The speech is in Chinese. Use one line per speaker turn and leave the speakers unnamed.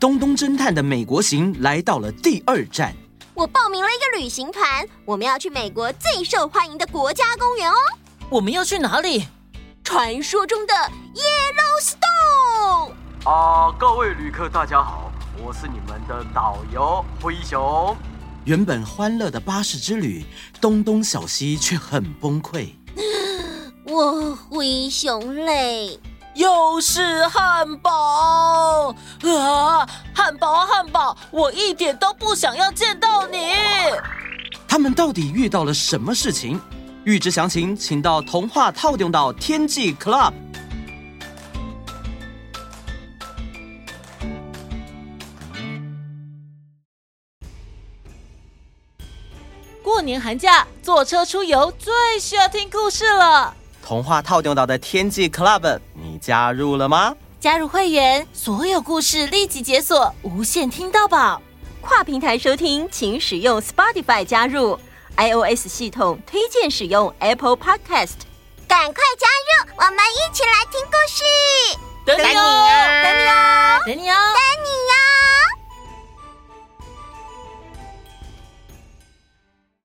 东东侦探的美国行来到了第二站。
我报名了一个旅行团，我们要去美国最受欢迎的国家公园哦，
我们要去哪里？
传说中的 Yellowstone。
啊，各位旅客，大家好，我是你们的导游灰熊。
原本欢乐的巴士之旅，东东小西却很崩溃。
我灰熊累，
又是汉堡啊！汉堡啊汉堡，我一点都不想要见到你。
他们到底遇到了什么事情？预知详情，请到童话套用到天际 Club。
过年寒假坐车出游最需要听故事了，
童话套用到的天际 Club，你加入了吗？
加入会员，所有故事立即解锁，无限听到宝。
跨平台收听，请使用 Spotify 加入 iOS 系统，推荐使用 Apple Podcast。
赶快加入，我们一起来听故事。
啊等你哦，等你哦，等你哦。
哦